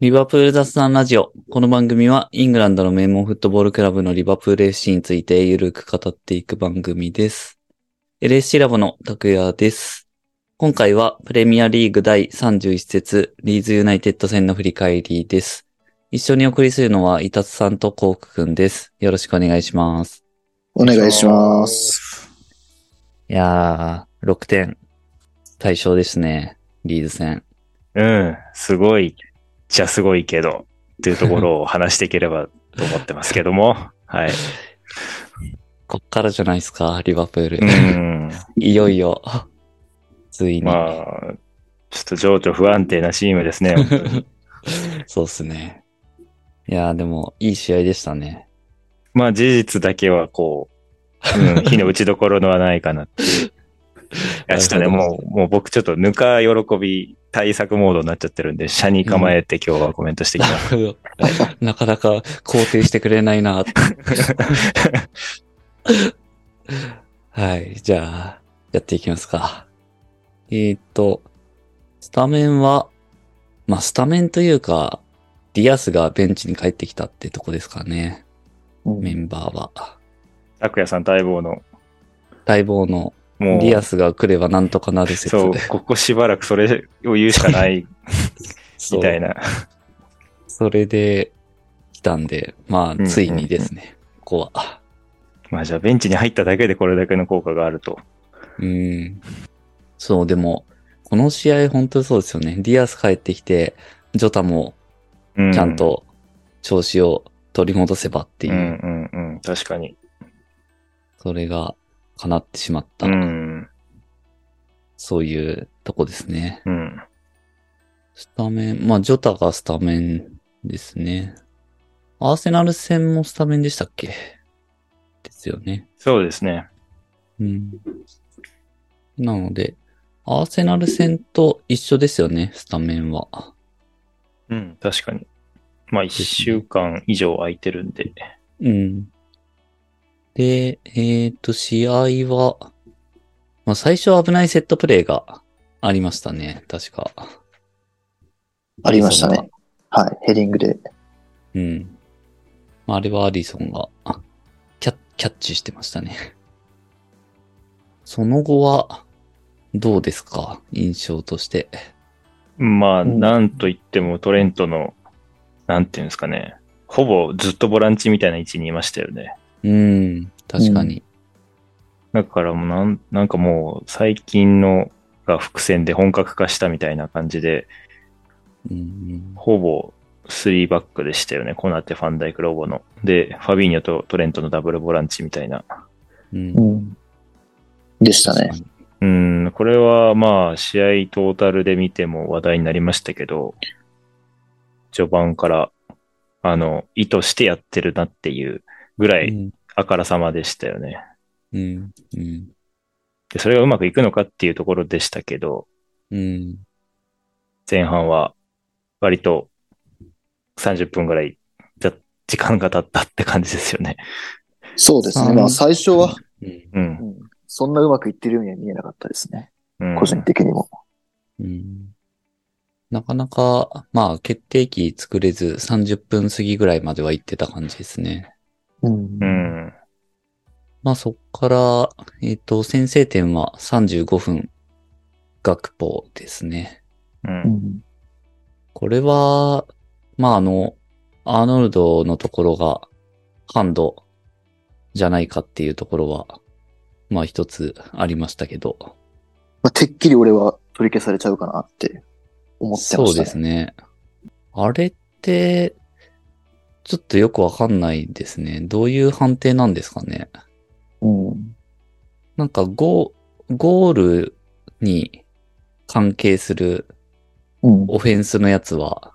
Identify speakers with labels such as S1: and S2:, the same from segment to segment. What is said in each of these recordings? S1: リバプール雑談ラジオ。この番組はイングランドの名門フットボールクラブのリバプール FC についてゆるく語っていく番組です。LSC ラボの拓也です。今回はプレミアリーグ第31節リーズユナイテッド戦の振り返りです。一緒にお送りするのはイタツさんとコウクくんです。よろしくお願いします。
S2: お願いします。
S1: いやー、6点。対象ですね。リーズ戦。
S3: うん、すごい、じゃすごいけど、っていうところを話していければと思ってますけども、 はい。
S1: こっからじゃないですか、リバプール。
S3: うん、
S1: いよいよ。ついに。
S3: まあ、ちょっと情緒不安定なチームで すね。本当に
S1: そうっすね。いやー、でも、いい試合でしたね。
S3: まあ、事実だけはこう、うん、火の打ちどころのはないかなっ ていう。いや、ちょっとね、
S1: なるほ
S3: もう、もう僕ちょっとぬか喜び対策モードになっちゃってるんで、車に構えて今日はコメントしてきます。
S1: なかなか肯定してくれないな。はい、じゃあ、やっていきますか。えーっと、スタメンは、まあ、スタメンというか、ディアスがベンチに帰ってきたってとこですかね。メンバーは。
S3: 拓也さん待望の、
S1: 待望の、
S3: もう、
S1: ディアスが来ればなんとかなる説
S3: そう、ここしばらくそれを言うしかない
S1: そう
S3: みたいな。
S1: それで来たんで、ま
S3: んう
S1: あ、
S3: ん
S1: ついにですね、ここは。
S3: まあじゃあベンチに入っただけでこれだけの効果があると。
S1: うん。そう、でも、この試合本当にそうですよね。ディアス帰ってきて、ジョタも
S3: う
S1: ちゃん。と調子を取り戻せばって
S3: う
S1: い
S3: ん
S1: う、
S3: うんうん。確かに。
S1: それが叶ってしまった、
S3: うん。
S1: そういうとこですね。
S3: うん。
S1: スタメン、まあ、ジョタがスタメンですね。アーセナル戦もスタメンでしたっけですよね。
S3: そうですね。
S1: うん。なので、アーセナル戦と一緒ですよね、スタメンは。
S3: うん。確かに。まあ一週間以上空いてるんで。
S1: うん。で、えっ、と、試合は、まあ、最初は危ないセットプレーがありましたね、確か。
S2: ありましたね。はい。ヘディングで。
S1: うん。まあ、あれはアリソンがあキャッキャッチしてましたね。その後は、どうですか印象として。
S3: まあ、
S2: うん
S3: なんといってもトレントの、なんていうんですかね。ほぼずっとボランチみたいな位置にいましたよね。
S1: うん、確かに。
S3: だからもうなん、なんかもう最近のが伏線で本格化したみたいな感じで、
S1: うん、うん
S3: ほぼ3バックでしたよね。コナテ、ファンダイク、ロボの。で、ファビーニョとトレントのダブルボランチみたいな。
S1: うん
S2: うん。でしたね。
S1: 確か
S3: うん、これはまあ、試合トータルで見ても話題になりましたけど、序盤から、あの、意図してやってるなっていうぐら
S1: に
S3: い、あからさまでしたよね。
S1: うん、うん、うん
S3: で、それがうまくいくのかっていうところでしたけど、
S1: うん、
S3: 前半は、割と30分ぐらい、じゃ時間が経ったって感じですよね。
S2: そうです
S1: う
S2: ね。
S1: ん
S2: まあ最初は、
S1: うん
S3: う。
S2: うんん、そんなうまくいってるようには見えなかったですね。
S3: うん、
S2: 個人的にも。
S1: うんなかなか、まあ、決定機作れず30分過ぎぐらいまでは行ってた感じですね。
S2: うん
S3: う。ん。
S1: まあ、そっから、えっ、と、先制点は35分、学法ですね。
S3: う。
S2: うんん。
S1: これは、まあ、あの、アーノルドのところが、ハンドじゃないかっていうところは、まあ、一つありましたけど。
S2: まあ、てっきり俺は取り消されちゃうかなって思って
S1: そ
S2: ま
S1: う
S2: した、ね。
S1: ですね。あれって、ちょっとよくわかんないですね。どういう判定なんですかね。
S2: うん。
S1: なんかゴー、ゴールに関係する
S2: うん。
S1: オフェンスのやつは、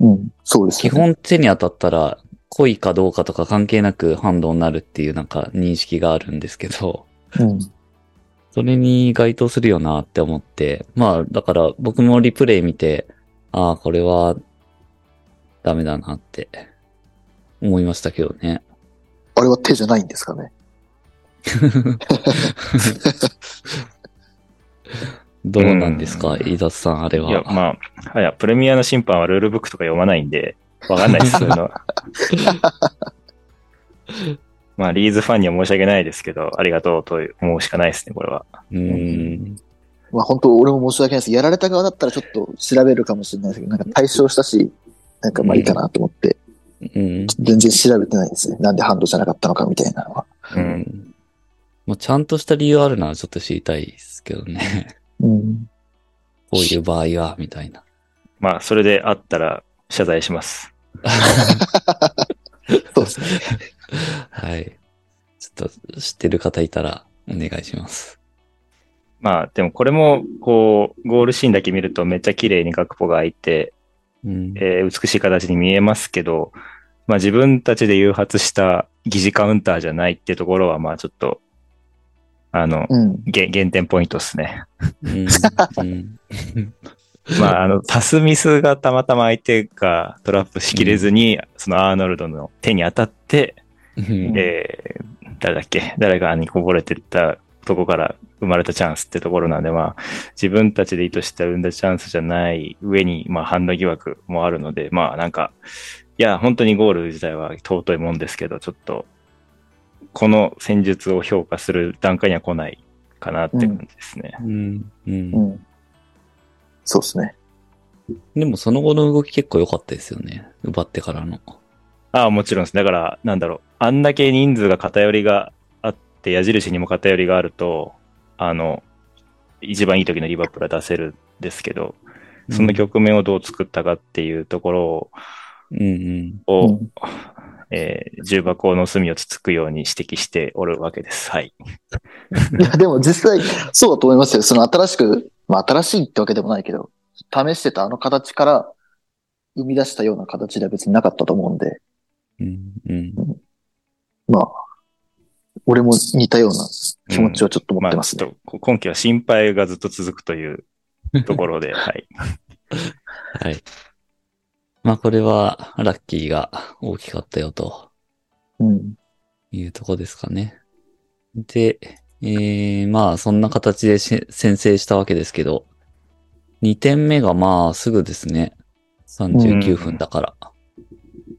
S2: うん。そうです
S1: 基
S2: よね。
S1: 本手に当たったら、故意かどうかとか関係なくハンドになるっていうなんか認識があるんですけど、それに該当するよなって思って、まあ、だから僕もリプレイ見て、ああ、これはダメだなって思いましたけどね。
S2: うん。あれは手じゃないんですかね。
S1: どうなんですか、
S3: うん
S1: 伊達さん、あれは。
S3: いや、まあ、いや、プレミアの審判はルールブックとか読まないんで、わかんないです、 そういうの は。まあ、リーズファンには申し訳ないですけど、ありがとうと思うしかないですね、これは。
S1: うん。
S2: まあ本当、俺も申し訳ないです。やられた側だったらちょっと調べるかもしれないですけど、なんか対象したし、なんかまあいいかなと思って、
S1: うん。
S2: 全然調べてないですね。なんでハンドじゃなかったのかみたいなのは。
S1: う
S3: う。
S1: んん。まあ、ちゃんとした理由あるならちょっと知りたいですけどね。
S2: うん。
S1: こういう場合は、みたいな。
S3: まあ、それであったら謝罪します。
S2: そうですね。
S1: はい。ちょっと知ってる方いたらお願いします。
S3: まあ、でもこれも、こう、ゴールシーンだけ見るとめっちゃ綺麗にガクポが開いて、
S1: うん。
S3: えー美しい形に見えますけど、まあ自分たちで誘発した疑似カウンターじゃないってところは、まあちょっと、あの、
S2: うん。
S3: げ減点ポイントですね。
S1: うん。うん
S3: まあ、あの、パスミスがたまたま相手がトラップしきれずに、そのアーノルドの手に当たって、
S1: うん
S3: えー誰だっけ誰がにこぼれてったとこから生まれたチャンスってところなんで、まあ、自分たちで意図して生んだチャンスじゃない上に、まあ、ハンド疑惑もあるので、まあ、なんか、いや、本当にゴール自体は尊いもんですけど、ちょっと、この戦術を評価する段階には来ないかなって感じですね。
S1: うん。う。
S2: うんん。そうですね。
S1: でもその後の動き結構良かったですよね。奪ってからの。
S3: ああ、もちろんです。だから、なんだろう。あんだけ人数が偏りがあって、矢印にも偏りがあると、あの、一番いい時のリバプールは出せるんですけど、その局面をどう作ったかっていうところを、
S1: うんうん。
S2: う
S3: を
S2: ん、
S3: えー重箱の隅をつつくように指摘しておるわけです。はい。
S2: いや、でも実際、そうだと思いますよ。その新しく、まあ新しいってわけでもないけど、試してたあの形から生み出したような形では別になかったと思うんで、
S1: うんうん。
S2: まあ、俺も似たような気持ちをちょっと持
S3: ま
S2: って
S3: あ、
S2: ます
S3: ち
S2: ね。
S3: ょっとこ、今期は心配がずっと続くというとこ ろで、はい。
S1: はい。まあこれは、ラッキーが大きかったよと
S2: うん。
S1: いうとこですかね。で、えー、まあそんな形でし先制したわけですけど、2点目がまあすぐですね。39分だから。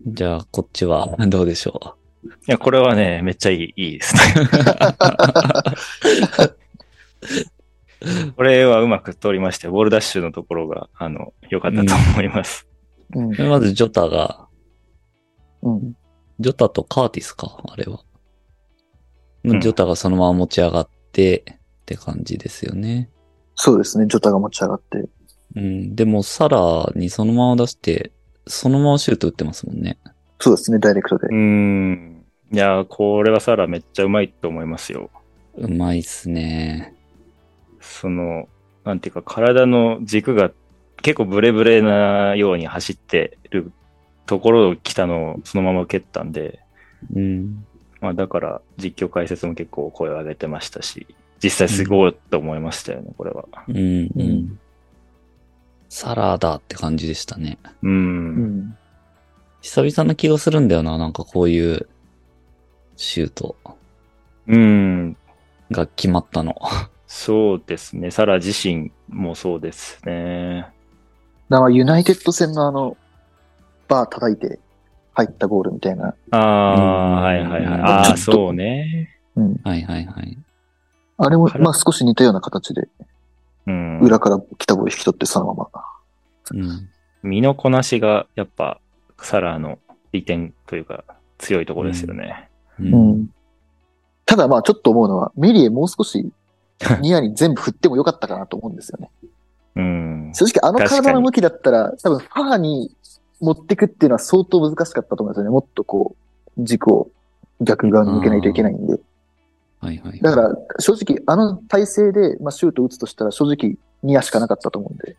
S1: じゃあこっちはどうでしょ
S3: いや、これはね、めっちゃいい、いいです ね。これはうまく通りまして、ボールダッシュのところが、あの、良かったと思います。
S2: うん
S1: う。まずジョタが、
S2: うん。
S1: ジョタとカーティスか、あれは。
S3: うん
S1: ジョタがそのまま持ち上がってって感じですよね。
S2: そうですね。ジョタが持ち上がって。
S1: うん、でもサラにそのまま出して、そのままシュート打ってますもんね。
S2: そうですね。ダイレクトで
S3: う。ーん。いや、これはサラめっちゃうまいと思いますよ。
S1: うまいっすね。
S3: その、なんていうか、体の軸が結構ブレブレなように走ってるところを来たのをそのまま蹴ったんで、
S1: うん。
S3: まあだから実況解説も結構声を上げてましたし、実際すごいと思いましたよね、これは。
S1: うん、う
S2: うんん。
S1: サラだって感じでしたね。
S3: う。
S2: うんん。
S1: 久々な気がするんだよな、なんかこういうシュート
S3: うん。
S1: が決まったの。
S3: そうですね。サラ自身もそうですね。
S2: だからユナイテッド戦のあの、バー叩いて入ったゴールみたいな。
S3: ああ、
S1: うん
S3: はいはいはい。
S1: うん
S3: ああ、
S2: ちょっと
S3: そうね。
S2: うん。
S1: はいはいはい。
S2: あれも、
S3: 彼
S2: まあ少し似たような形で、
S3: うん。
S2: 裏から来たボール引き取ってそのまま。
S1: うん。
S3: 身のこなしが、やっぱ、サラの利点というか、強いところですよね。
S1: うん
S2: うん。ただまあちょっと思うのは、メリエもう少 しニアに全部振ってもよかったかなと思うんですよね。
S3: うん。
S2: 正直あの
S3: 確か
S2: 体
S3: に
S2: の向きだったら、多分ファーに持ってくっていうのは相当難しかったと思うんですよね。もっとこう、軸を逆側に向けないといけないんで。
S1: はいはい。
S2: だから、正直あの体勢で、まあ、シュート打つとしたら正直ニアしかなかったと思うんで、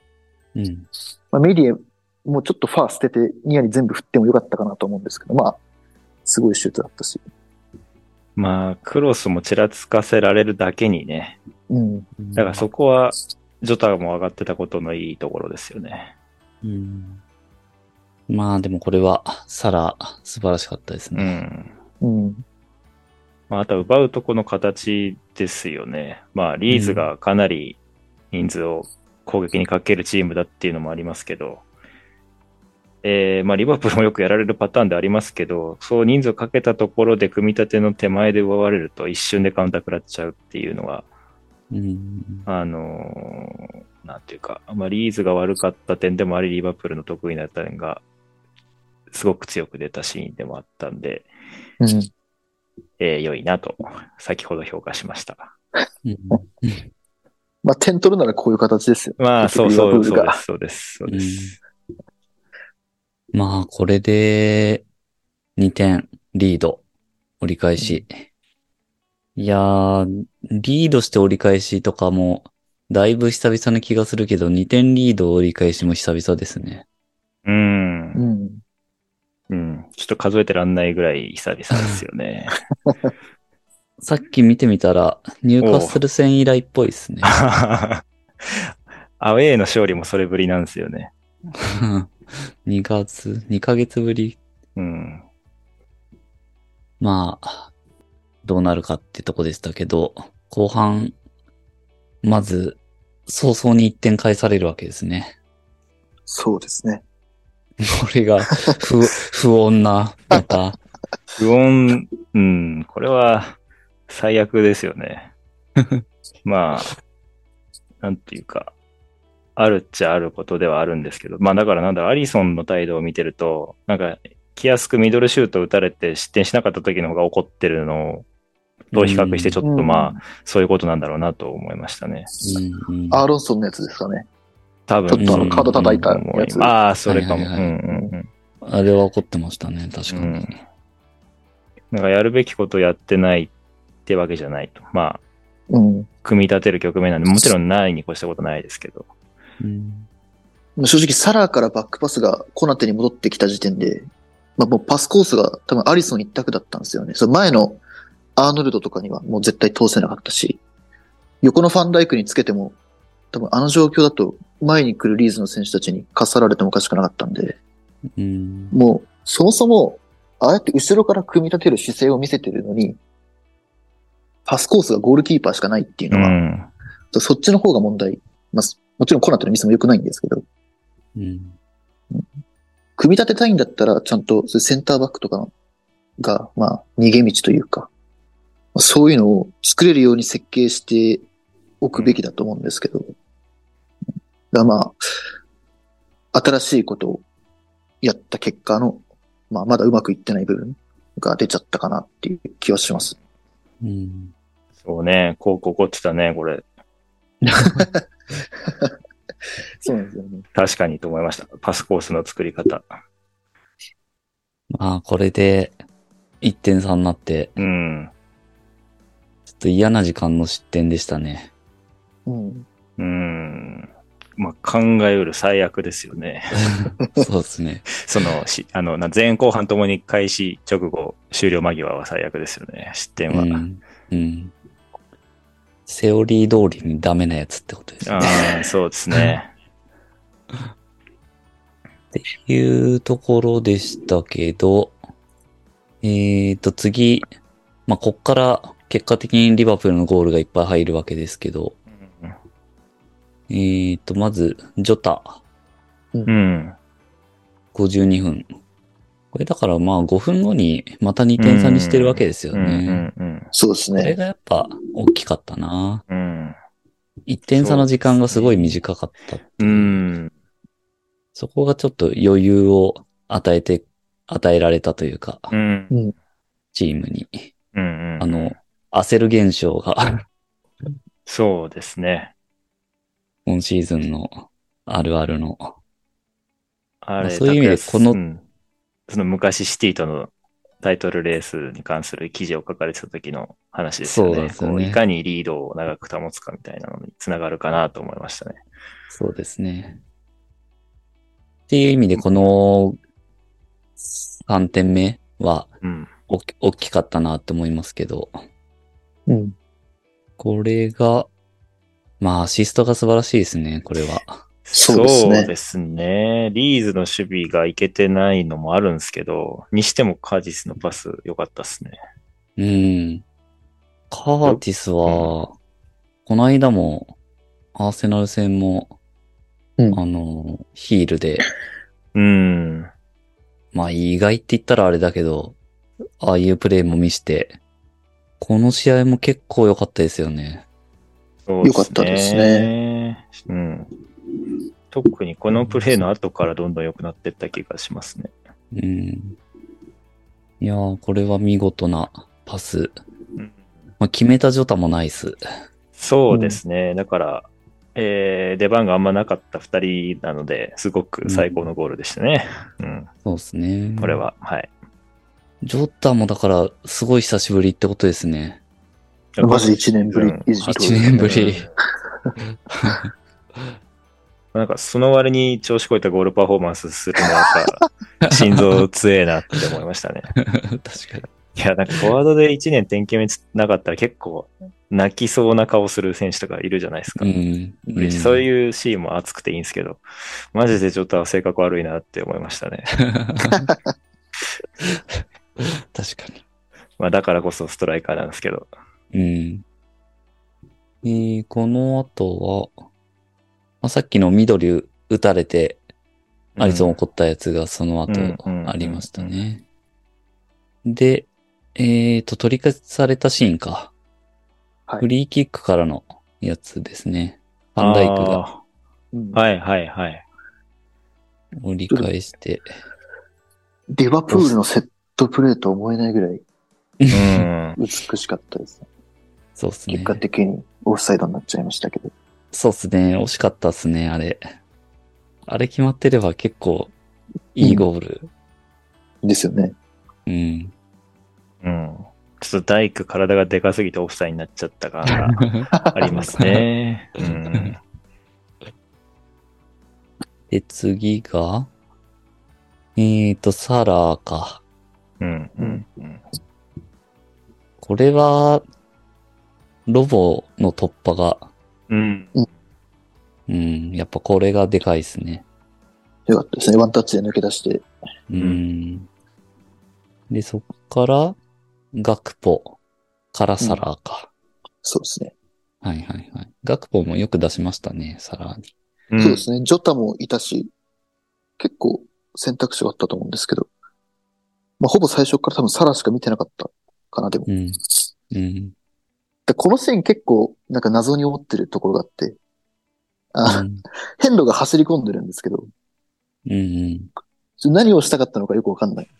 S1: うん。
S2: まあ、メディエもうちょっとファー捨ててニアに全部振ってもよかったかなと思うんですけど、まあ、すごいシュートだったし。
S3: まあ、クロスもちらつかせられるだけにね。
S2: うん。
S3: だからそこは、ジョタも上がってたことのいいところですよね。
S1: うん。まあでもこれは、サラ、素晴らしかったです
S3: う
S1: ね。
S3: ん。
S2: うん。
S3: まあ、あとは奪うとこの形ですよね。まあ、リーズがかなり人数を攻撃にかけるチームだっていうのもありますけど、えーまあ、リバプールもよくやられるパターンでありますけど、そう人数かけたところで組み立ての手前で奪われると一瞬でカウンター食らっちゃうっていうのは、
S1: うん。
S3: あのーなんていうか、まあ、リーズが悪かった点でもあり、リバプールの得意な点がすごく強く出たシーンでもあったんで、
S2: うん。
S3: えー良いなと、先ほど評価しました。
S1: うん
S2: まあ、点取るならこういう形ですよ。
S3: まあ、そう
S2: リバ
S3: そ
S2: プール
S3: う、そうで
S2: が
S3: す、そうです、そうです。
S1: まあ、これで、2点リード、折り返し。いやー、リードして折り返しとかも、だいぶ久々な気がするけど、2点リード折り返しも久々ですね。
S3: うん
S2: う。ん。
S3: うん。ちょっと数えてらんないぐらい久々ですよ ね。
S1: さっき見てみたら、ニューカッスル戦以来っぽいです ね。
S3: アウェーの勝利もそれぶりなんですよね。
S1: 2月、2ヶ月ぶり。
S3: うん。
S1: まあ、どうなるかってとこでしたけど、後半、まず、早々に1点返されるわけですね。
S2: そうですね。
S1: これ が、不、不穏な、また。
S3: 不穏、うん、これは最悪です よね。まあ、なんていうか、あるっちゃあることではあるんですけど、まあだからなんだろう、アリソンの態度を見てると、なんか、気安くミドルシュート打たれて失点しなかった時の方が怒ってるのと比較して、ちょっとまあ、
S2: うん
S3: そういうことなんだろうなと思いましたね。
S1: うんうん
S2: アーロンソンのやつですかね。
S3: 多分。
S2: ちょっとあの角叩いたやつ
S3: うん思いますああ、それかも。
S1: はいはいはい
S3: うんうんうん。
S1: あれは怒ってましたね、確か
S3: う
S1: に
S3: ん。なんかやるべきことやってないってわけじゃないと。まあ、
S2: うん。
S3: 組み立てる局面なんで、もちろんないに越したことないですけど。
S1: うん
S2: 正直、サラーからバックパスがコナテに戻ってきた時点で、まあもうパスコースが多分アリソン一択だったんですよね。その前のアーノルドとかにはもう絶対通せなかったし、横のファンダイクにつけても、多分あの状況だと前に来るリーズの選手たちにかっさられてもおかしくなかったんで、
S1: うん
S2: もうそもそも、ああやって後ろから組み立てる姿勢を見せてるのに、パスコースがゴールキーパーしかないっていう
S3: う
S2: のは、
S3: ん。
S2: そっちの方が問題。まあ、もちろんコナテのミスも良くないんですけど、
S1: うん
S2: 組み立てたいんだったら、ちゃんとそういうセンターバックとかが、まあ、逃げ道というか、まあそういうのを作れるように設計しておくべきだと思うんですけど、だからまあ、新しいことをやった結果の、まあ、まだうまくいってない部分が出ちゃったかなっていう気はします。
S1: うん
S3: そうね。こう、ここってたね、これ。
S2: そうなんですよね。
S3: 確かにと思いました。パスコースの作り方。
S1: まあ、これで、1.3になって、
S3: うん。
S1: ちょっと嫌な時間の失点でした ね。
S2: うん。
S3: うん。まあ、考えうる最悪ですよね。
S1: そうですね。
S3: その、しあの、な前後半ともに開始直後、終了間際は最悪ですよね。失点は。
S1: うんうんセオリー通りにダメなやつってことですね。
S3: ああ、そうですね。
S1: っていうところでしたけど、えーと、次、まあ、こっから結果的にリバプールのゴールがいっぱい入るわけですけど、えーと、まず、ジョタ、
S3: うん。
S1: 52分。これだからまあ5分後にまた2点差にしてるわけですよ
S3: う
S1: ね。
S3: ん。うん。
S2: そうです
S1: これ
S2: ね。
S1: がやっぱ大きかったな。
S3: うん。
S1: 1点差の時間がすごい短かった。
S3: うん。
S1: そこがちょっと余裕を与えて、与えられたというか、
S3: うん。
S1: チームに。
S3: うん。
S1: あの、、焦る現象が
S3: そうですね。
S1: 今シーズンのあるあるの。
S3: あ
S1: まあ
S3: れ、
S1: そういう意味で
S3: 拓也
S1: この
S3: うんその昔シティとのタイトルレースに関する記事を書かれてた時の話ですよね。
S1: そうですよね
S3: こういかにリードを長く保つかみたいなのにつながるかなと思いましたね。
S1: そうですね。っていう意味で、この3点目は
S3: うん。
S1: 大き大きかったなって思いますけど、
S2: うん。
S1: これが、まあ、アシストが素晴らしいですね、これは。
S2: そうですね
S3: そうですねリーズの守備がいけてないのもあるんですけど、にしてもカージスのパス良かったですね。
S1: うん。カーティスは、この間も、アーセナル戦も、
S2: うん
S1: あの、ヒールで、
S3: うん。
S1: まあ意外って言ったらあれだけど、ああいうプレーも見して、この試合も結構良かったですよね。
S3: そう
S2: よかったです
S3: ね。うん。特にこのプレーの後からどんどん良くなっていった気がしますね。
S1: うん。いやー、これは見事なパス。
S3: うん
S1: まあ、決めたジョタもナイス。
S3: そうですね。だから、えー出番があんまなかった2人なので、すごく最高のゴールでしたね。うん。
S1: そうですね。
S3: これ。は、はい。
S1: ジョタもだから、すごい久しぶりってことですね。
S2: マジで1年ぶり
S3: うん
S2: 以上
S1: 一年ぶり
S3: なんか、その割に調子こいたゴールパフォーマンスするのなんか、心臓強えなって思いましたね。
S1: 確かに。
S3: いや、なんか、フォワードで1年点検なかったら結構、泣きそうな顔する選手とかいるじゃないですか。
S1: うん。
S3: 嬉しいそう
S1: う
S3: いうシーンも熱くていいんですけど、マジでちょっと性格悪いなって思いましたね。
S1: ん。確かに。
S3: まあ、だからこそストライカーなんですけど。
S1: うん。えーこの後は、まあ、さっきの緑打たれて、アリソン怒ったやつがその後
S3: うんうんうん
S1: ありましたね。で、えっと、取り返されたシーンか。
S2: はい
S1: フリーキックからのやつですね。ファンダイクが
S3: あ
S2: うん
S3: ー。はいはいはい。
S1: 折り返して。
S2: リバプールのセットプレーとは思えないぐらい
S3: うん。
S2: 美しかったですね。
S1: そうっすね
S2: 結。果的にオフサイドになっちゃいましたけど。
S1: そうっすね。惜しかったっすね、あれ。あれ決まってれば結構いいゴール。
S2: ですよね。
S1: うん
S3: うん。ちょっと大工体がでかすぎてオフサイドになっちゃった感がありま すね。うん。
S1: で、次が、えーと、サラーか。
S3: うん。うん。うん
S1: これは、ロボの突破が、
S3: うん。
S1: うん、やっぱこれがでかいですね。
S2: よかったですね。ワンタッチで抜け出して。
S1: うん。で、そっから、ガクポからサラーか。
S2: そうですね。
S1: はいはいはい。ガクポもよく出しましたね、サラーに。
S3: うん
S2: そうですね。ジョタもいたし、結構選択肢はあったと思うんですけど。まあ、ほぼ最初から多分サラしか見てなかったかな、でも。
S1: うん。うん。
S2: でこのシーン結構、なんか謎に思ってるところがあって。あヘンロが走り込んでるんですけど、
S1: うん。うん。
S2: 何をしたかったのかよくわかんない。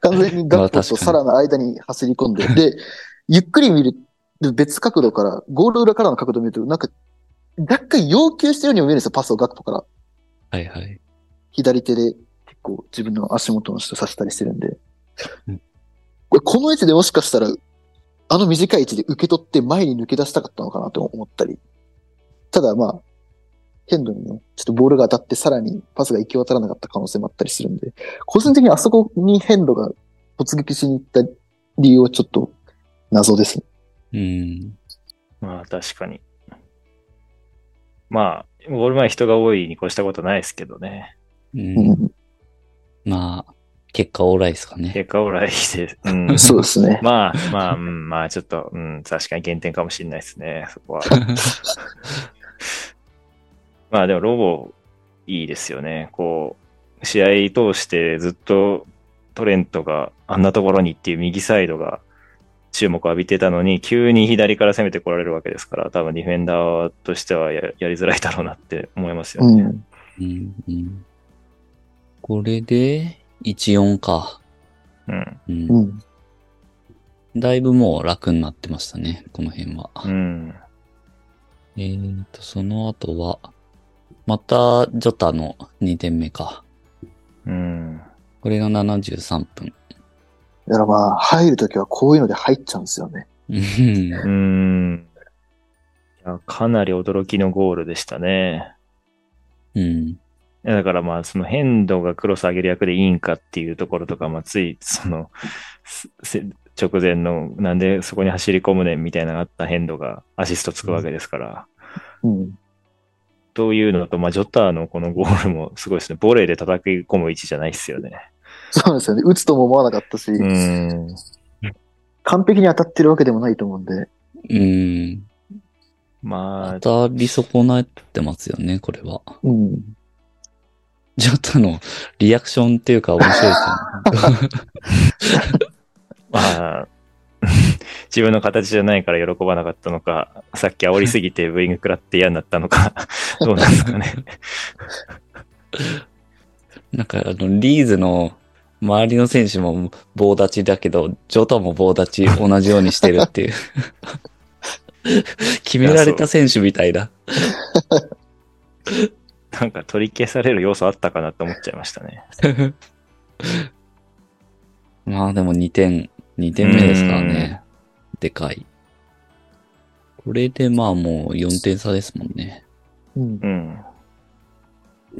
S2: 完全にガッポとサラの間に走り込んで、で、 ゆっくり見る、別角度から、ゴール裏からの角度見ると、なんか、若干要求してるようにも見えるんですよ、パスをガッポから。
S1: はいはい。
S2: 左手で結構自分の足元の下刺したりしてるんで
S1: うん。
S2: これこの位置でもしかしたら、あの短い位置で受け取って前に抜け出したかったのかなと思ったり。ただまあ、ヘンドにね、ちょっとボールが当たってさらにパスが行き渡らなかった可能性もあったりするんで、個人的にあそこにヘンドが突撃しに行った理由はちょっと謎ですね。
S1: うん。
S3: まあ確かに。まあ、ゴール前人が多いに越したことないですけどね。
S1: うん。
S2: う
S1: まあ、結果オーライですかね。
S3: 結果オーライで、うん
S2: ん、。そうですね。
S3: まあまあ、うん、まあちょっと、うん、確かに減点かもしれないですね、そこは。 まあでもロボいいですよね。こう、試合通してずっとトレントがあんなところにっていう右サイドが注目を浴びてたのに、急に左から攻めてこられるわけですから、多分ディフェンダーとしてはややりづらいだろうなって思いますよ
S2: う
S3: ね。
S2: ん。
S1: うんうんこれで、14か。
S3: うん。
S1: う。
S2: うんん。
S1: だいぶもう楽になってましたね、この辺は。
S3: うん。
S1: えーと、その後は、また、ジョタの2点目か。
S3: うん。
S1: これが73分。
S2: だからまあ、入るときはこういうので入っちゃうんですよね。
S1: うん
S3: うん。いやかなり驚きのゴールでしたね。
S1: うん。
S3: いやだからまあ、その変動がクロス上げる役でいいんかっていうところとか、まあ、つい、その、す せ直前の、なんでそこに走り込むねんみたいなのがあった変動がアシストつくわけですから、
S2: うん。
S3: というのと、まあ、ジョターのこのゴールもすごいですね。ボレーで叩き込む位置じゃないですよね。
S2: そうですよね。打つとも思わなかったし、
S3: うーん。
S2: 完璧に当たってるわけでもないと思うんで、
S1: うん。
S3: まあ、
S1: 当たり損なってますよね、これは。
S2: うん。
S1: ジョタのリアクションっていうか面白いですよね。
S3: まあ、 自分の形じゃないから喜ばなかったのか、さっき煽りすぎてブーイング食らって嫌になったのか、どうなんですかね。
S1: なんかあの、リーズの周りの選手も棒立ちだけど、ジョタも棒立ち同じようにしてるっていう。 決められた選手みたいな。
S3: なんか取り消される要素あったかなって思っちゃいましたね。
S1: まあでも2点、2点目ですからね。でかい。これでまあもう4点差ですもんね。
S2: うん
S3: う。ん。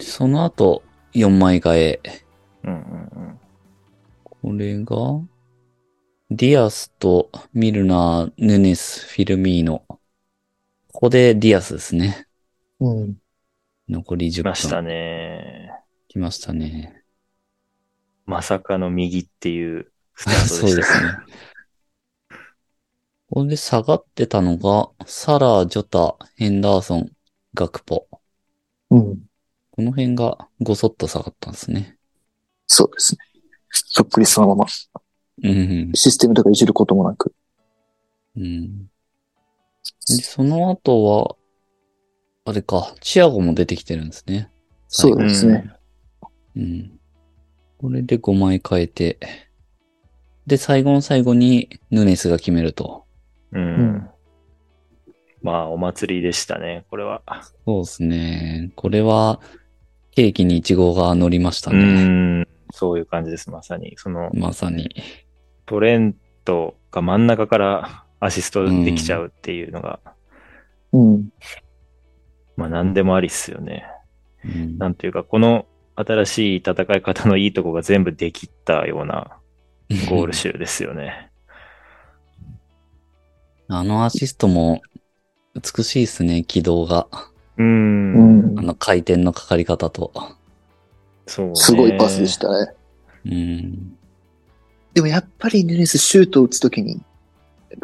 S1: その後、4枚替え。
S3: うんうん
S1: これが、ディアスとミルナー、ヌネス、フィルミーノ。ここでディアスですね。
S2: うん。
S1: 残り
S3: う
S1: 10
S3: ん。
S1: 分。
S3: ましたね。
S1: 来ましたね。
S3: まさかの右っていうス タート
S1: そ
S3: で
S1: う
S3: し
S1: で
S3: た。
S1: すね。これで下がってたのが、サラ、ジョタ、ヘンダーソン、ガクポ。
S2: うん。
S1: この辺がごそっと下がったんですね。
S2: そうですね。そっくりそのまま。
S1: うん。
S2: システムとかいじることもなく。
S1: うん。で、その後は、あれか、チアゴも出てきてるんですね。
S2: そうですね。
S1: うん。これで5枚変えて、で、最後の最後にヌネスが決めると。
S3: うん。う。
S2: うん
S3: まあ、お祭りでしたね、これは。
S1: そうですね。これは、ケーキにイチゴが乗りました
S3: う
S1: ね。
S3: ん。そういう感じです、まさに。その、
S1: まさに。
S3: トレントが真ん中からアシストできちゃうっていうのが、
S2: うん。
S3: まあ、何でもありっすよね。
S1: うん
S3: なんというか、この新しい戦い方のいいとこが全部できたようなゴール集ですよね。
S1: あのアシストも美しいですね、軌道が。
S2: う
S3: う。
S2: んん
S1: あ。の回転のかかり方と。
S3: そう、ね。
S2: すごいパスでし。たね。
S1: うん。
S2: でもやっぱりヌネスシュートを打つときに、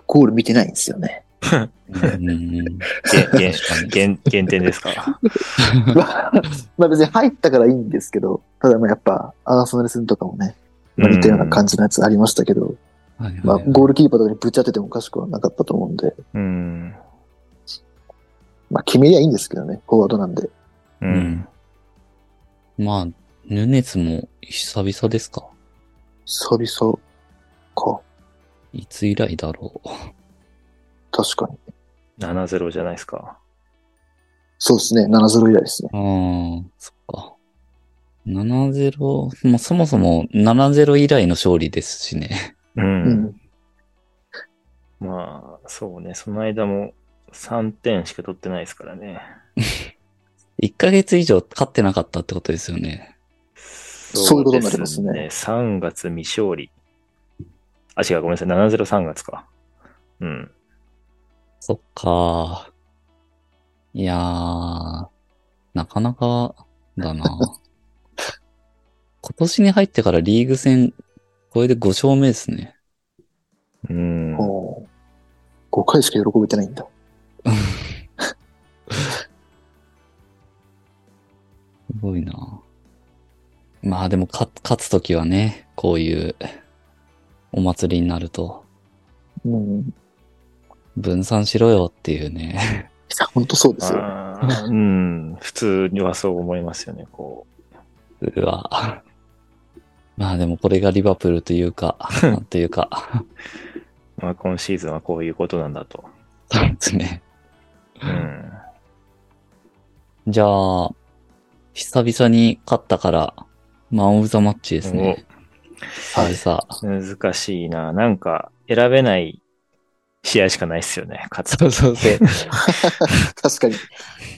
S2: ゴール見てないんですよね。
S1: うん、
S3: げげ
S1: 確かに
S3: 減減点ですか。
S2: まあまあ別に入ったからいいんですけど、ただまあやっぱアーソナル戦とかもね、まあ似たような感じのやつありましたけど、
S1: はいはい
S2: まあ
S1: はい
S2: ゴールキーパーとかにぶち当ててもおかしくはなかったと思うんで、
S3: うん。
S2: まあ決めりゃいいんですけどね、フォワードなんで。
S3: う
S1: うんん。まあ、ヌネスも久々ですか
S2: 久々か、
S1: いつ以来だろう。
S2: 確かに。
S3: 7-0じゃないですか。
S2: そうですね、7-0以来ですね。
S1: ああ、そっか。7-0、まあ、そもそも7-0以来の勝利ですしね。
S3: うん。
S2: うん。
S3: まあ、そうね。その間も3点しか取ってないですからね。
S1: 1ヶ月以上勝ってなかったってことですよね。
S2: そういうことになりますね
S3: そうで3月未勝利。あ、違う、ごめんなさい。7-0-3月か。うん。
S1: そっか。いやー、なかなかだな。今年に入ってからリーグ戦、これで5勝目ですね。
S3: うん。
S2: もう、5回しか喜べてないんだ。
S1: すごいな。まあでも勝、勝つときはね、こういうお祭りになると、
S2: うん。い
S1: 分散しろよっていうね。
S2: や、本当そうですよ。
S3: あーうん、普通にはそう思いますよね、こ
S1: うわ。まあでもこれがリバプールというか、なんというか、
S3: う。まあ、今シーズンはこういうことなんだと。
S1: そうですね。
S3: うん。
S1: じゃあ、久々に勝ったから、マンオブザマッチですね。
S2: お
S1: 久々。
S3: 難しいな。なんか、選べない試合しかないっすよね、勝つ。
S1: そうそうそう。
S2: 確かに。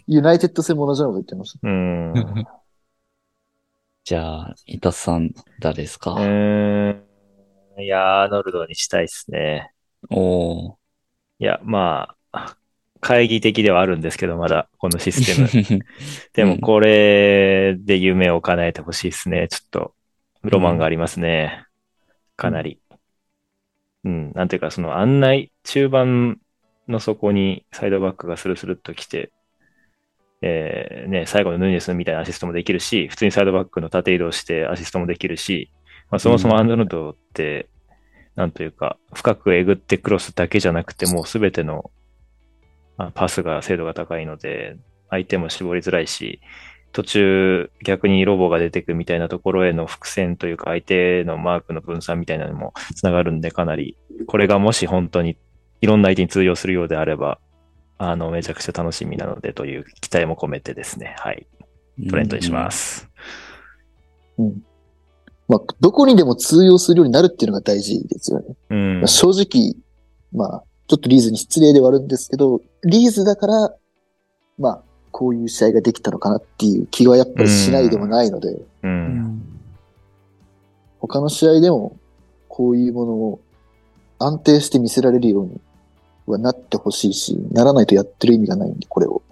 S2: ユナイテッド戦も同じようなこと言ってまし た。
S3: うん。う
S1: じゃあ、伊達さん、誰ですか、
S3: ーん。いやー、アーノルドにしたいっすね。
S1: おー。。
S3: いや、まあ、会議的ではあるんですけど、まだ、このシステム。でも、これで夢を叶えてほしいですね。ちょっと、ロマンがありますね。かなり。うん、なんていうか、その案内、中盤の底にサイドバックがスルスルっと来て、えーね、最後のヌニエスみたいなアシストもできるし、普通にサイドバックの縦移動してアシストもできるし、まあ、そもそもアンドロイドって、なんというか、深くえぐってクロスだけじゃなくて、もうすべてのまあパスが精度が高いので、相手も絞りづらいし、途中逆にロボが出てくみたいなところへの伏線というか、相手のマークの分散みたいなのにもつながるんで、かなり、これがもし本当にいろんな相手に通用するようであれば、あの、めちゃくちゃ楽しみなのでという期待も込めてですね、はい、トレンドにします す。
S2: うん。まあ、どこにでも通用するようになるっていうのが大事ですよね。
S3: うん
S2: まあ。正直、まあ、ちょっとリーズに失礼ではあるんですけど、リーズだから、まあ、こういう試合ができたのかなっていう気はやっぱりしないでもないので、
S3: う。
S1: うんん
S2: 他の試合でも、こういうものを安定して見せられるようにはなってほしいし、ならないとやってる意味がないんで、これを。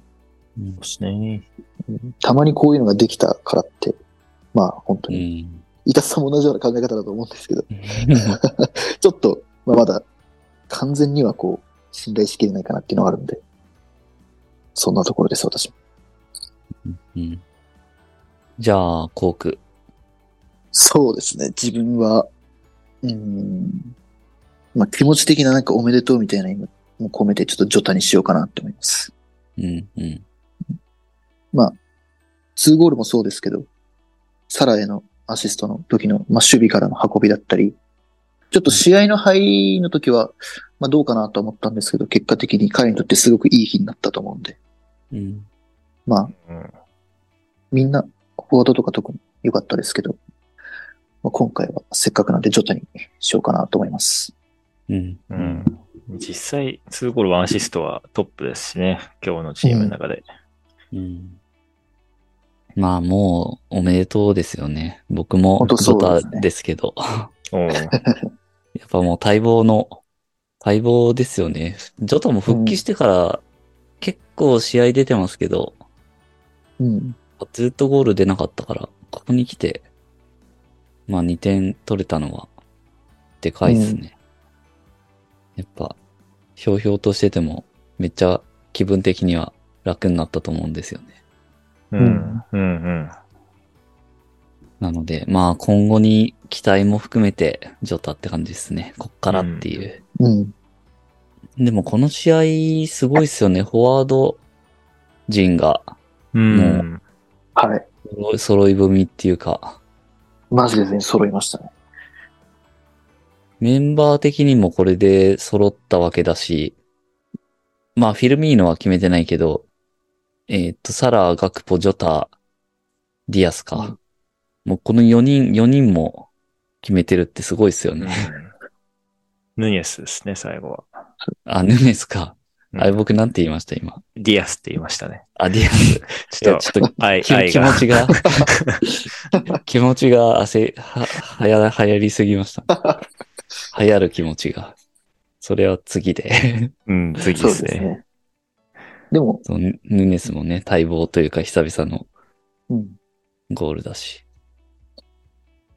S1: うん
S3: ね。
S2: うんたまにこういうのができたからって、まあ、本当
S1: う
S2: に。
S1: ん
S2: イタスさんも同じような考え方だと思うんですけど、ちょっと、まあ、まだ、完全にはこう、信頼しきれないかなっていうのはあるんで、そんなところです、私も。
S1: うんじゃあ、コーク。
S2: そうですね、自分は、うーん、まあ、気持ち的ななんかおめでとうみたいな意味も込めて、ちょっとジョタにしようかなって思います。
S1: うんうん
S2: まあ、2ゴールもそうですけど、サラへのアシストの時の、まあ、守備からの運びだったり、ちょっと試合の入りの時は、まあ、どうかなと思ったんですけど、結果的に彼にとってすごくいい日になったと思うんで、
S1: うん
S2: まあ、
S3: うん
S2: みんな、フォワードとか特に良かったですけど、まあ、今回はせっかくなんでジョタにしようかなと思います。
S1: うん
S3: うん。実際、2ゴール1アシストはトップですしね、今日のチームの中で。
S1: うんまあ、もう、おめでとうですよね。僕も
S2: 本、当
S1: ジ
S2: そ
S1: ョ
S2: うですね
S1: タですけど。
S3: おう
S1: やっぱもう待望の、待望ですよね。ジョタも復帰してから、結構試合出てますけど、
S2: うん。
S1: ずっとゴール出なかったから、ここに来て、まあ2点取れたのは、でかいですね。やっぱ、ひょうひょうとしてても、めっちゃ気分的には楽になったと思うんですよね。
S3: うん。うん。うん。
S1: なので、まあ今後に期待も含めて、ジョタって感じですね。こっからっていう。
S2: うん。
S1: でもこの試合、すごいですよね。フォワード陣が
S3: うん。
S2: はい。
S1: 揃い揃い踏みっていうか、
S2: マジで全員揃いましたね。
S1: メンバー的にもこれで揃ったわけだし、まあフィルミーノは決めてないけど、えーっと、サラ、ガクポ、ジョタ、ディアスか。もうこの4人、4人も決めてるってすごいですよ
S3: うん
S1: ね。
S3: ヌニエスですね、最後は。
S1: あ、ヌネスか。
S3: うん
S1: あれ僕なんて言いました、今。
S3: ディアスって言いましたね。
S1: あ、ディアス。
S3: ちょ っ
S1: ち
S3: と、
S1: ょっと
S3: 愛、
S1: 気
S3: 愛
S1: 気
S3: が
S1: 持。ち が、気持ちが汗、は、はや、流行りすぎました。流行る気持ちが。それは次 で。
S3: うん、次
S2: そ
S3: で
S2: う
S3: す
S2: です
S3: ね。
S2: ね。でも、
S1: そうヌヌネスもね、待望というか久々の
S2: うん。
S1: ゴールだし。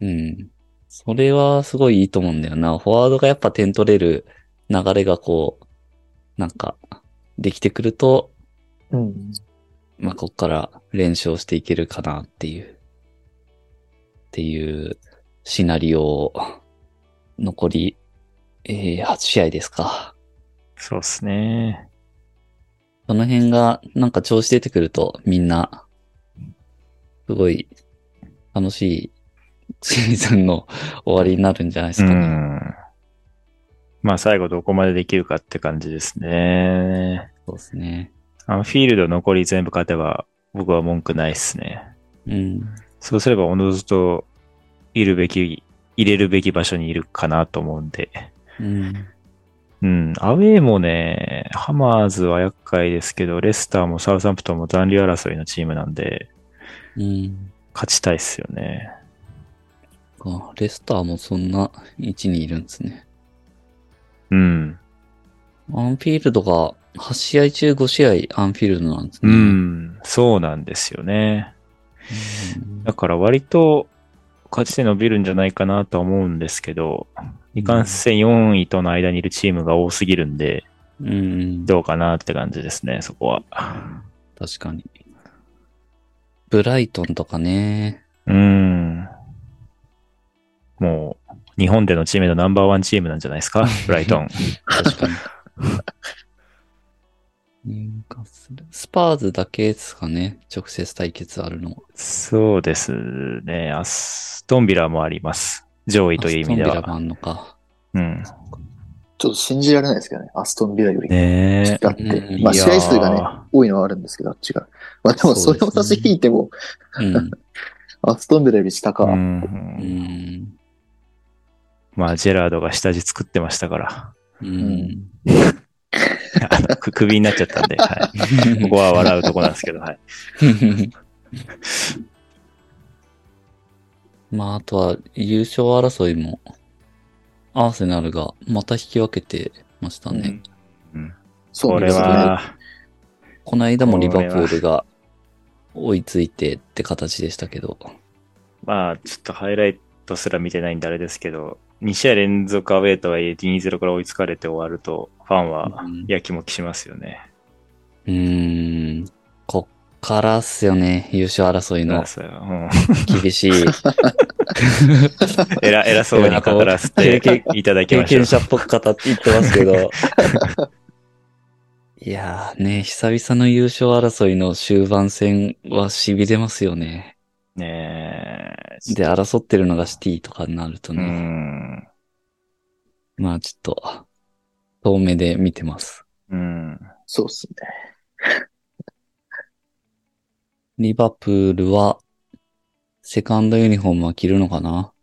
S1: うん。それはすごいいいと思うんだよな。フォワードがやっぱ点取れる流れがこう、なんか、できてくると、
S2: うん。
S1: まあ、こっから連勝していけるかなっていう、っていうシナリオを、残り、えー、8試合ですか。
S3: そうですね。
S1: その辺が、なんか調子出てくると、みんな、すごい、楽しい、シーズンの終わりになるんじゃないです
S3: う
S1: かね。
S3: ん。まあ、最後どこまでできるかって感じですね。
S1: そうですね。
S3: あの、フィールド残り全部勝てば、僕は文句ないっすね。
S1: うん。
S3: そうすれば、おのずと、いるべき、入れるべき場所にいるかなと思うんで。
S1: うん。
S3: うん、アウェーもね、ハマーズは厄介ですけど、レスターもサウサンプトンも残留争いのチームなんで、
S1: うん。
S3: 勝ちたいっすよね。
S1: あレスターもそんな位置にいるんですね。
S3: うん。
S1: アンフィールドが8試合中5試合アンフィールドなんです
S3: う
S1: ね。
S3: ん、そうなんですよね。
S1: うん
S3: だから割と勝ち点伸びるんじゃないかなとは思うんですけど、いかんせん4位との間にいるチームが多すぎるんで、
S1: うん。
S3: どうかなって感じですね、そこは。
S1: 確かに。ブライトンとかね。
S3: うん。もう、日本での知名度ナンバーワンチームなんじゃないです か、ブライトン。
S1: 確 かに。ニューカッスルスパーズだけですかね。直接対決あるのは。
S3: そうですね。アストンビラもあります。上位という意味で
S1: アストンビラも
S3: は。
S1: あんのか。
S3: うん。
S2: ちょっと信じられないですけどね、アストンビラより。
S3: ねえ。
S2: だって、
S1: うん
S2: まあ
S3: いや
S2: 試
S3: ー
S2: 合数がね、多いのはあるんですけど、あっちが。まあでもそれを差し引いても、
S1: うん。
S2: アストンビラより下か。
S3: うん
S1: うん。
S3: まあ、ジェラードが下地作ってましたから。
S1: うん。
S3: あのくクビになっちゃったんで、 はい。ここは笑うとこなんですけど、はい。
S1: まあ、あとは優勝争いも、アーセナルがまた引き分けてましたね。
S2: そ
S3: こ
S2: う
S3: れ
S2: ですね。
S3: は、
S1: この間もリバプールが追いついてって形でしたけど。
S3: まあ、ちょっとハイライトすら見てないんであれですけど、2試合連続アウェイとはいえ2-0から追いつかれて終わると、ファンは
S1: うん
S3: やきもきしますよね。
S1: うーん。こっからっすよね。優勝争い
S3: だか
S1: の
S3: らさうん、
S1: 厳しい
S3: 偉偉そうに語らせていただき
S1: 経
S3: ましょ
S1: 験
S3: う。
S1: 者っぽく語って言ってますけど。 いやーね、久々の優勝争いの終盤戦は痺れますよね。
S3: ねえ。
S1: で、争ってるのがシティとかになると
S3: う
S1: ね。
S3: ん。
S1: まあちょっと、遠目で見てます。
S3: うん。
S2: そうですね。
S1: リバプールは、セカンドユニフォームは着るのかな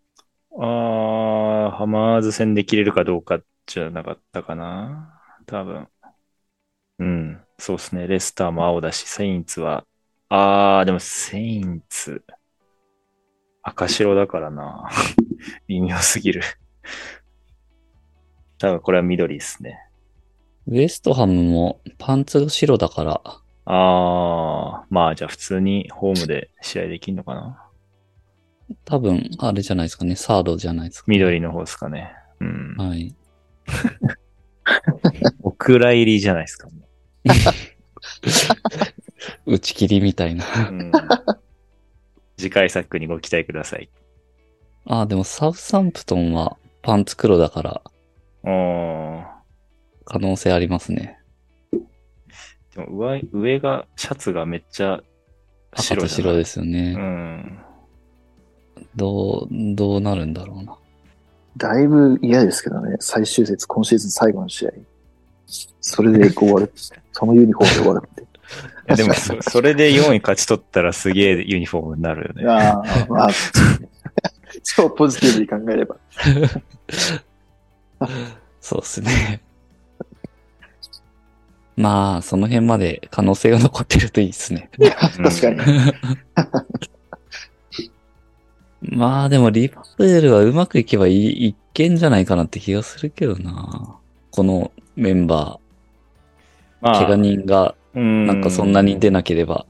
S3: あー、ハマーズ戦で切れるかどうかじゃなかったかな。多分。うん。そうですね。レスターも青だし、セインツは、あー、でもセインツ、赤白だからな。 微妙すぎる。多分これは緑ですね。
S1: ウエストハムもパンツが白だから、
S3: あー、まあじゃあ普通にホームで試合できるのかな。
S1: 多分、あれじゃないですかね、サードじゃないですか。
S3: 緑の方ですかね。うん。
S1: はい。
S3: お蔵入りじゃないですか。も
S1: 打ち切りみたいな。
S3: ううん次回作にご期待ください。
S1: ああ、でもサウサンプトンはパンツ黒だから、
S3: あー
S1: 可能性ありますね。
S3: でも上上が、シャツがめっちゃ
S1: 赤
S3: 白
S1: と
S3: じゃな
S1: 白
S3: い
S1: ですよね。
S3: うん。
S1: どう、どうなるんだろうな。
S2: だいぶ嫌ですけどね、最終節、今シーズン最後の試合。それで終わる。そのユニフォームで終わるって。
S3: いやでもそ、それで4位勝ち取ったらすげえユニフォームになるよね。
S2: ああ、まあ、超ポジティブに考えれば。
S1: そうですね。 まあ、その辺まで可能性が残ってるといいですね。
S2: 確かに。
S1: まあ、でもリバプールはうまくいけばいい一見じゃないかなって気がするけどな。このメンバー、
S3: ま
S1: 怪我人が
S3: な
S1: なんかそんなに出なければ。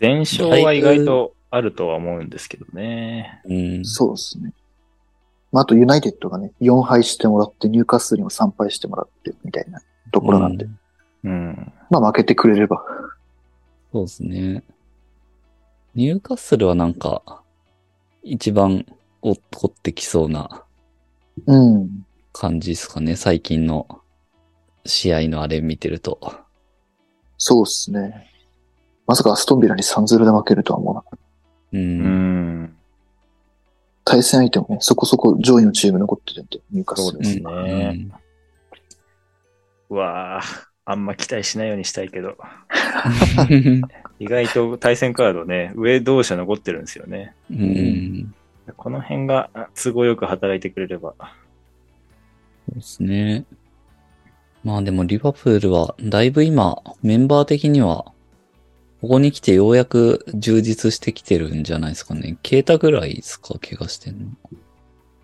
S3: 全勝は意外とあるとは思うんですけどね。
S1: うん。
S2: そうですね。まあ、あとユナイテッドがね、4敗してもらって、ニューカッスルにも3敗してもらって、みたいなところなんで。
S1: うん
S3: うん。
S2: まあ、負けてくれれば。
S1: そうですね。ニューカッスルはなんか、一番お怒ってきそうな
S2: うん。
S1: 感じですかね。最近の試合のあれ見てると。
S2: そうですね。まさかアストンビラに3-0で負けるとは思わなかった。
S1: う。
S3: うんん。
S2: 対戦相手もね、そこそこ上位のチーム残ってるんで、ニューカッス
S3: そう
S2: ル
S3: で
S2: も。
S3: す
S1: う
S3: ね。
S1: ん
S3: うわあ、あんま期待しないようにしたいけど。意外と対戦カードね、上同士は残ってるんですよね。
S1: うん。
S3: この辺があ都合よく働いてくれれば。
S1: そうですね。まあでもリバプールはだいぶ今メンバー的にはここに来てようやく充実してきてるんじゃないですかね。ケータぐらいですか怪我してんの。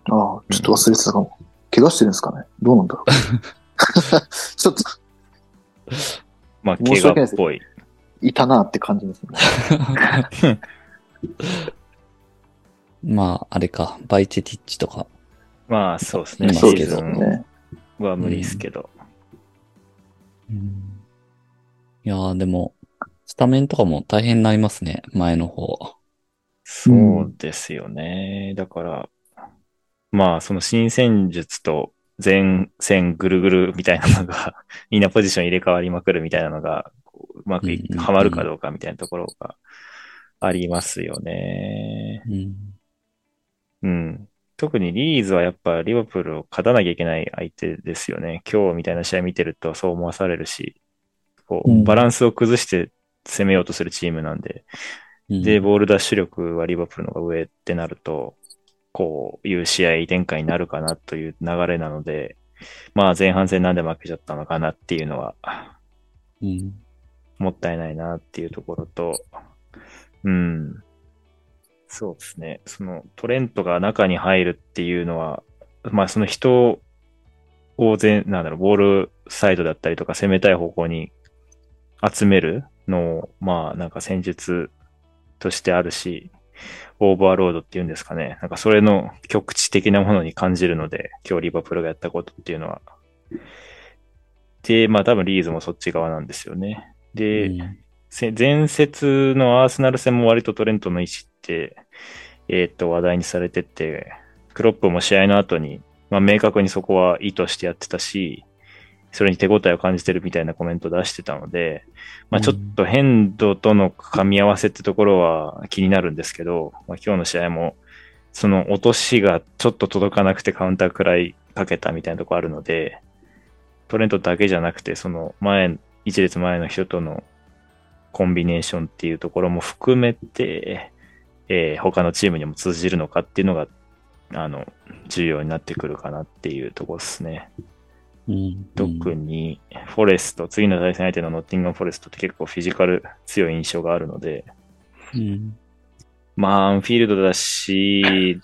S2: ああ、ちょっと忘れてたかも。怪我してるんですかねどうなんだろう。ちょっと、
S3: まあ、
S2: 申
S3: 怪
S2: し訳
S3: 我
S2: ないで
S3: っ
S2: す
S3: ぽい。
S2: いたなって感じですね。
S1: まああれか、バイチェティッチとか。
S3: まあ、そうですね。
S1: いま
S3: シ
S1: す
S2: そう
S1: けど
S2: で
S3: ーズ
S2: す
S3: ン
S2: ね。
S3: は無理ですけど。
S1: うんいやー、でも、スタメンとかも大変になりますね、前の方。
S3: そうですよね。だから、まあ、その新戦術と前線ぐるぐるみたいなのが、 みんなポジション入れ替わりまくるみたいなのが、こううまくい
S1: うんうんうん
S3: はまるかどうかみたいなところがありますよね。
S1: うん。
S3: うん。特にリーズはやっぱリバプールを勝たなきゃいけない相手ですよね。今日みたいな試合見てるとそう思わされるし、こ
S2: うん
S3: う、バランスを崩して攻めようとするチームなんで、
S1: うん
S3: で、ボールダッシュ力はリバプールの方が上ってなると、こういう試合展開になるかなという流れなので、まあ前半戦なんで負けちゃったのかなっていうのは、
S1: うん。
S3: もったいないなっていうところと、うん。そうですね。そのトレントが中に入るっていうのは、まあその人を全、なんだろう、ボールサイドだったりとか攻めたい方向に集めるのを、まあなんか戦術としてあるし、オーバーロードっていうんですかね。なんかそれの局地的なものに感じるので、今日リバプールがやったことっていうのは。で、まあ多分リーズもそっち側なんですよね。で、
S1: うん
S3: せ前節のアーセナル戦も割とトレントの位置って、えーっと、話題にされてて、クロップも試合の後に、まあ、明確にそこは意図してやってたし、それに手応えを感じてるみたいなコメントを出してたので、まあ、ちょっと変動との噛み合わせってところは気になるんですけど、まあ、今日の試合も、その落としがちょっと届かなくてカウンターくらいかけたみたいなところあるので、トレントだけじゃなくて、その前、一列前の人とのコンビネーションっていうところも含めて、えー他のチームにも通じるのかっていうのが、あの、重要になってくるかなっていうところですね。
S1: うん、
S3: 特に、フォレスト、次の対戦相手のノッティンガン・フォレストって結構フィジカル強い印象があるので、
S1: うん。
S3: まあ、アンフィールドだし、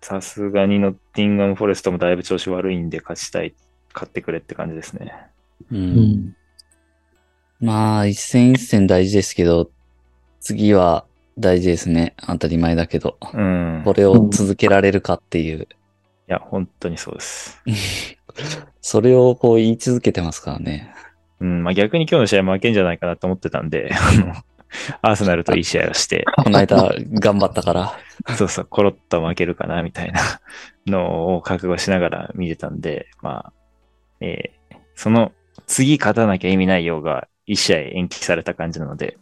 S3: さすがにノッティンガン・フォレストもだいぶ調子悪いんで勝ちたい、勝ってくれって感じですね。
S1: う。。
S2: うん
S1: まあ、一戦一戦大事ですけど、次は大事ですね。当たり前だけど。
S3: うん。い
S1: これを続けられるかっていう。
S3: や、本当にそうです。
S1: それをこう言い続けてますからね。
S3: うん、まあ逆に今日の試合負けんじゃないかなと思ってたんで、あの、アーセナルといい試合をして、
S1: この間頑張ったから。
S3: そうそう、コロッと負けるかな、みたいな のを覚悟しながら見てたんで、まあ、えーその、次勝たなきゃ意味ないようが、一試合延期された感じなので、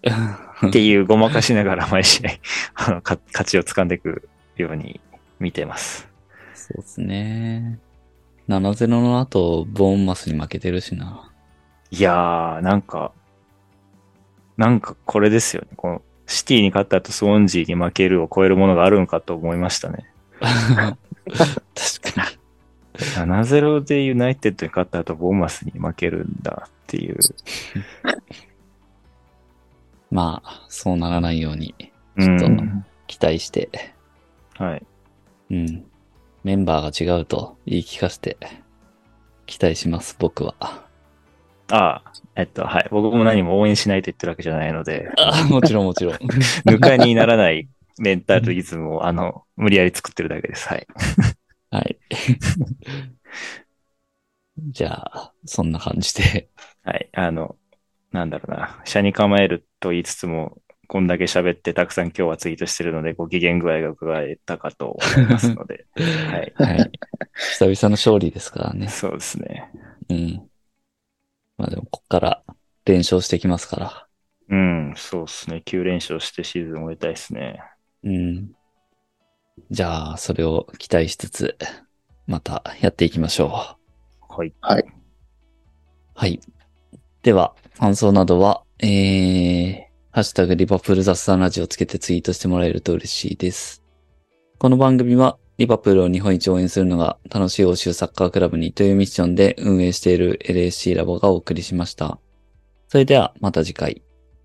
S3: っていうごまかしながら毎試合、 あの、か勝ちを掴んでいくように見てます。
S1: そうですね。7-0の後、ボーンマスに負けてるしな。
S3: いやー、なんか、なんかこれですよね。この、シティに勝った後、スウォンジーに負けるを超えるものがあるんかと思いましたね。
S1: 確かに。
S3: 7-0でユナイテッドに勝った後、ボーマスに負けるんだっていう。
S1: まあ、そうならないように
S3: う
S1: ちょっ
S3: ん。
S1: 期待して、
S3: はい。
S1: うん。メンバーが違うと言い聞かせて、期待します、僕は。
S3: ああ、えっと、はい。僕も何も応援しないと言ってるわけじゃないので、
S1: あもちろんもちろん。
S3: ぬかにならないメンタルイズムを、あの、無理やり作ってるだけです。はい。
S1: はい。 じゃあ、そんな感じで。
S3: はい。あの、なんだろうな。社に構えると言いつつも、こんだけ喋って、たくさん今日はツイートしてるので、ご機嫌具合が伺えたかと思いますので、はい。
S1: はい。久々の勝利ですからね。
S3: そうですね。
S1: うん。まあでも、こっから連勝してきますから。
S3: うん、そうですね。9連勝してシーズン終えたいですね。
S1: うん。じゃあ、それを期待しつつ、またやっていきましょう。
S3: はい。
S1: はい。では、感想などは、えー、ハッシュタグリバプール雑談ラジオをつけてツイートしてもらえると嬉しいです。この番組は、リバプールを日本一応援するのが楽しい欧州サッカークラブにというミッションで運営している LAC ラボがお送りしました。それでは、また次回。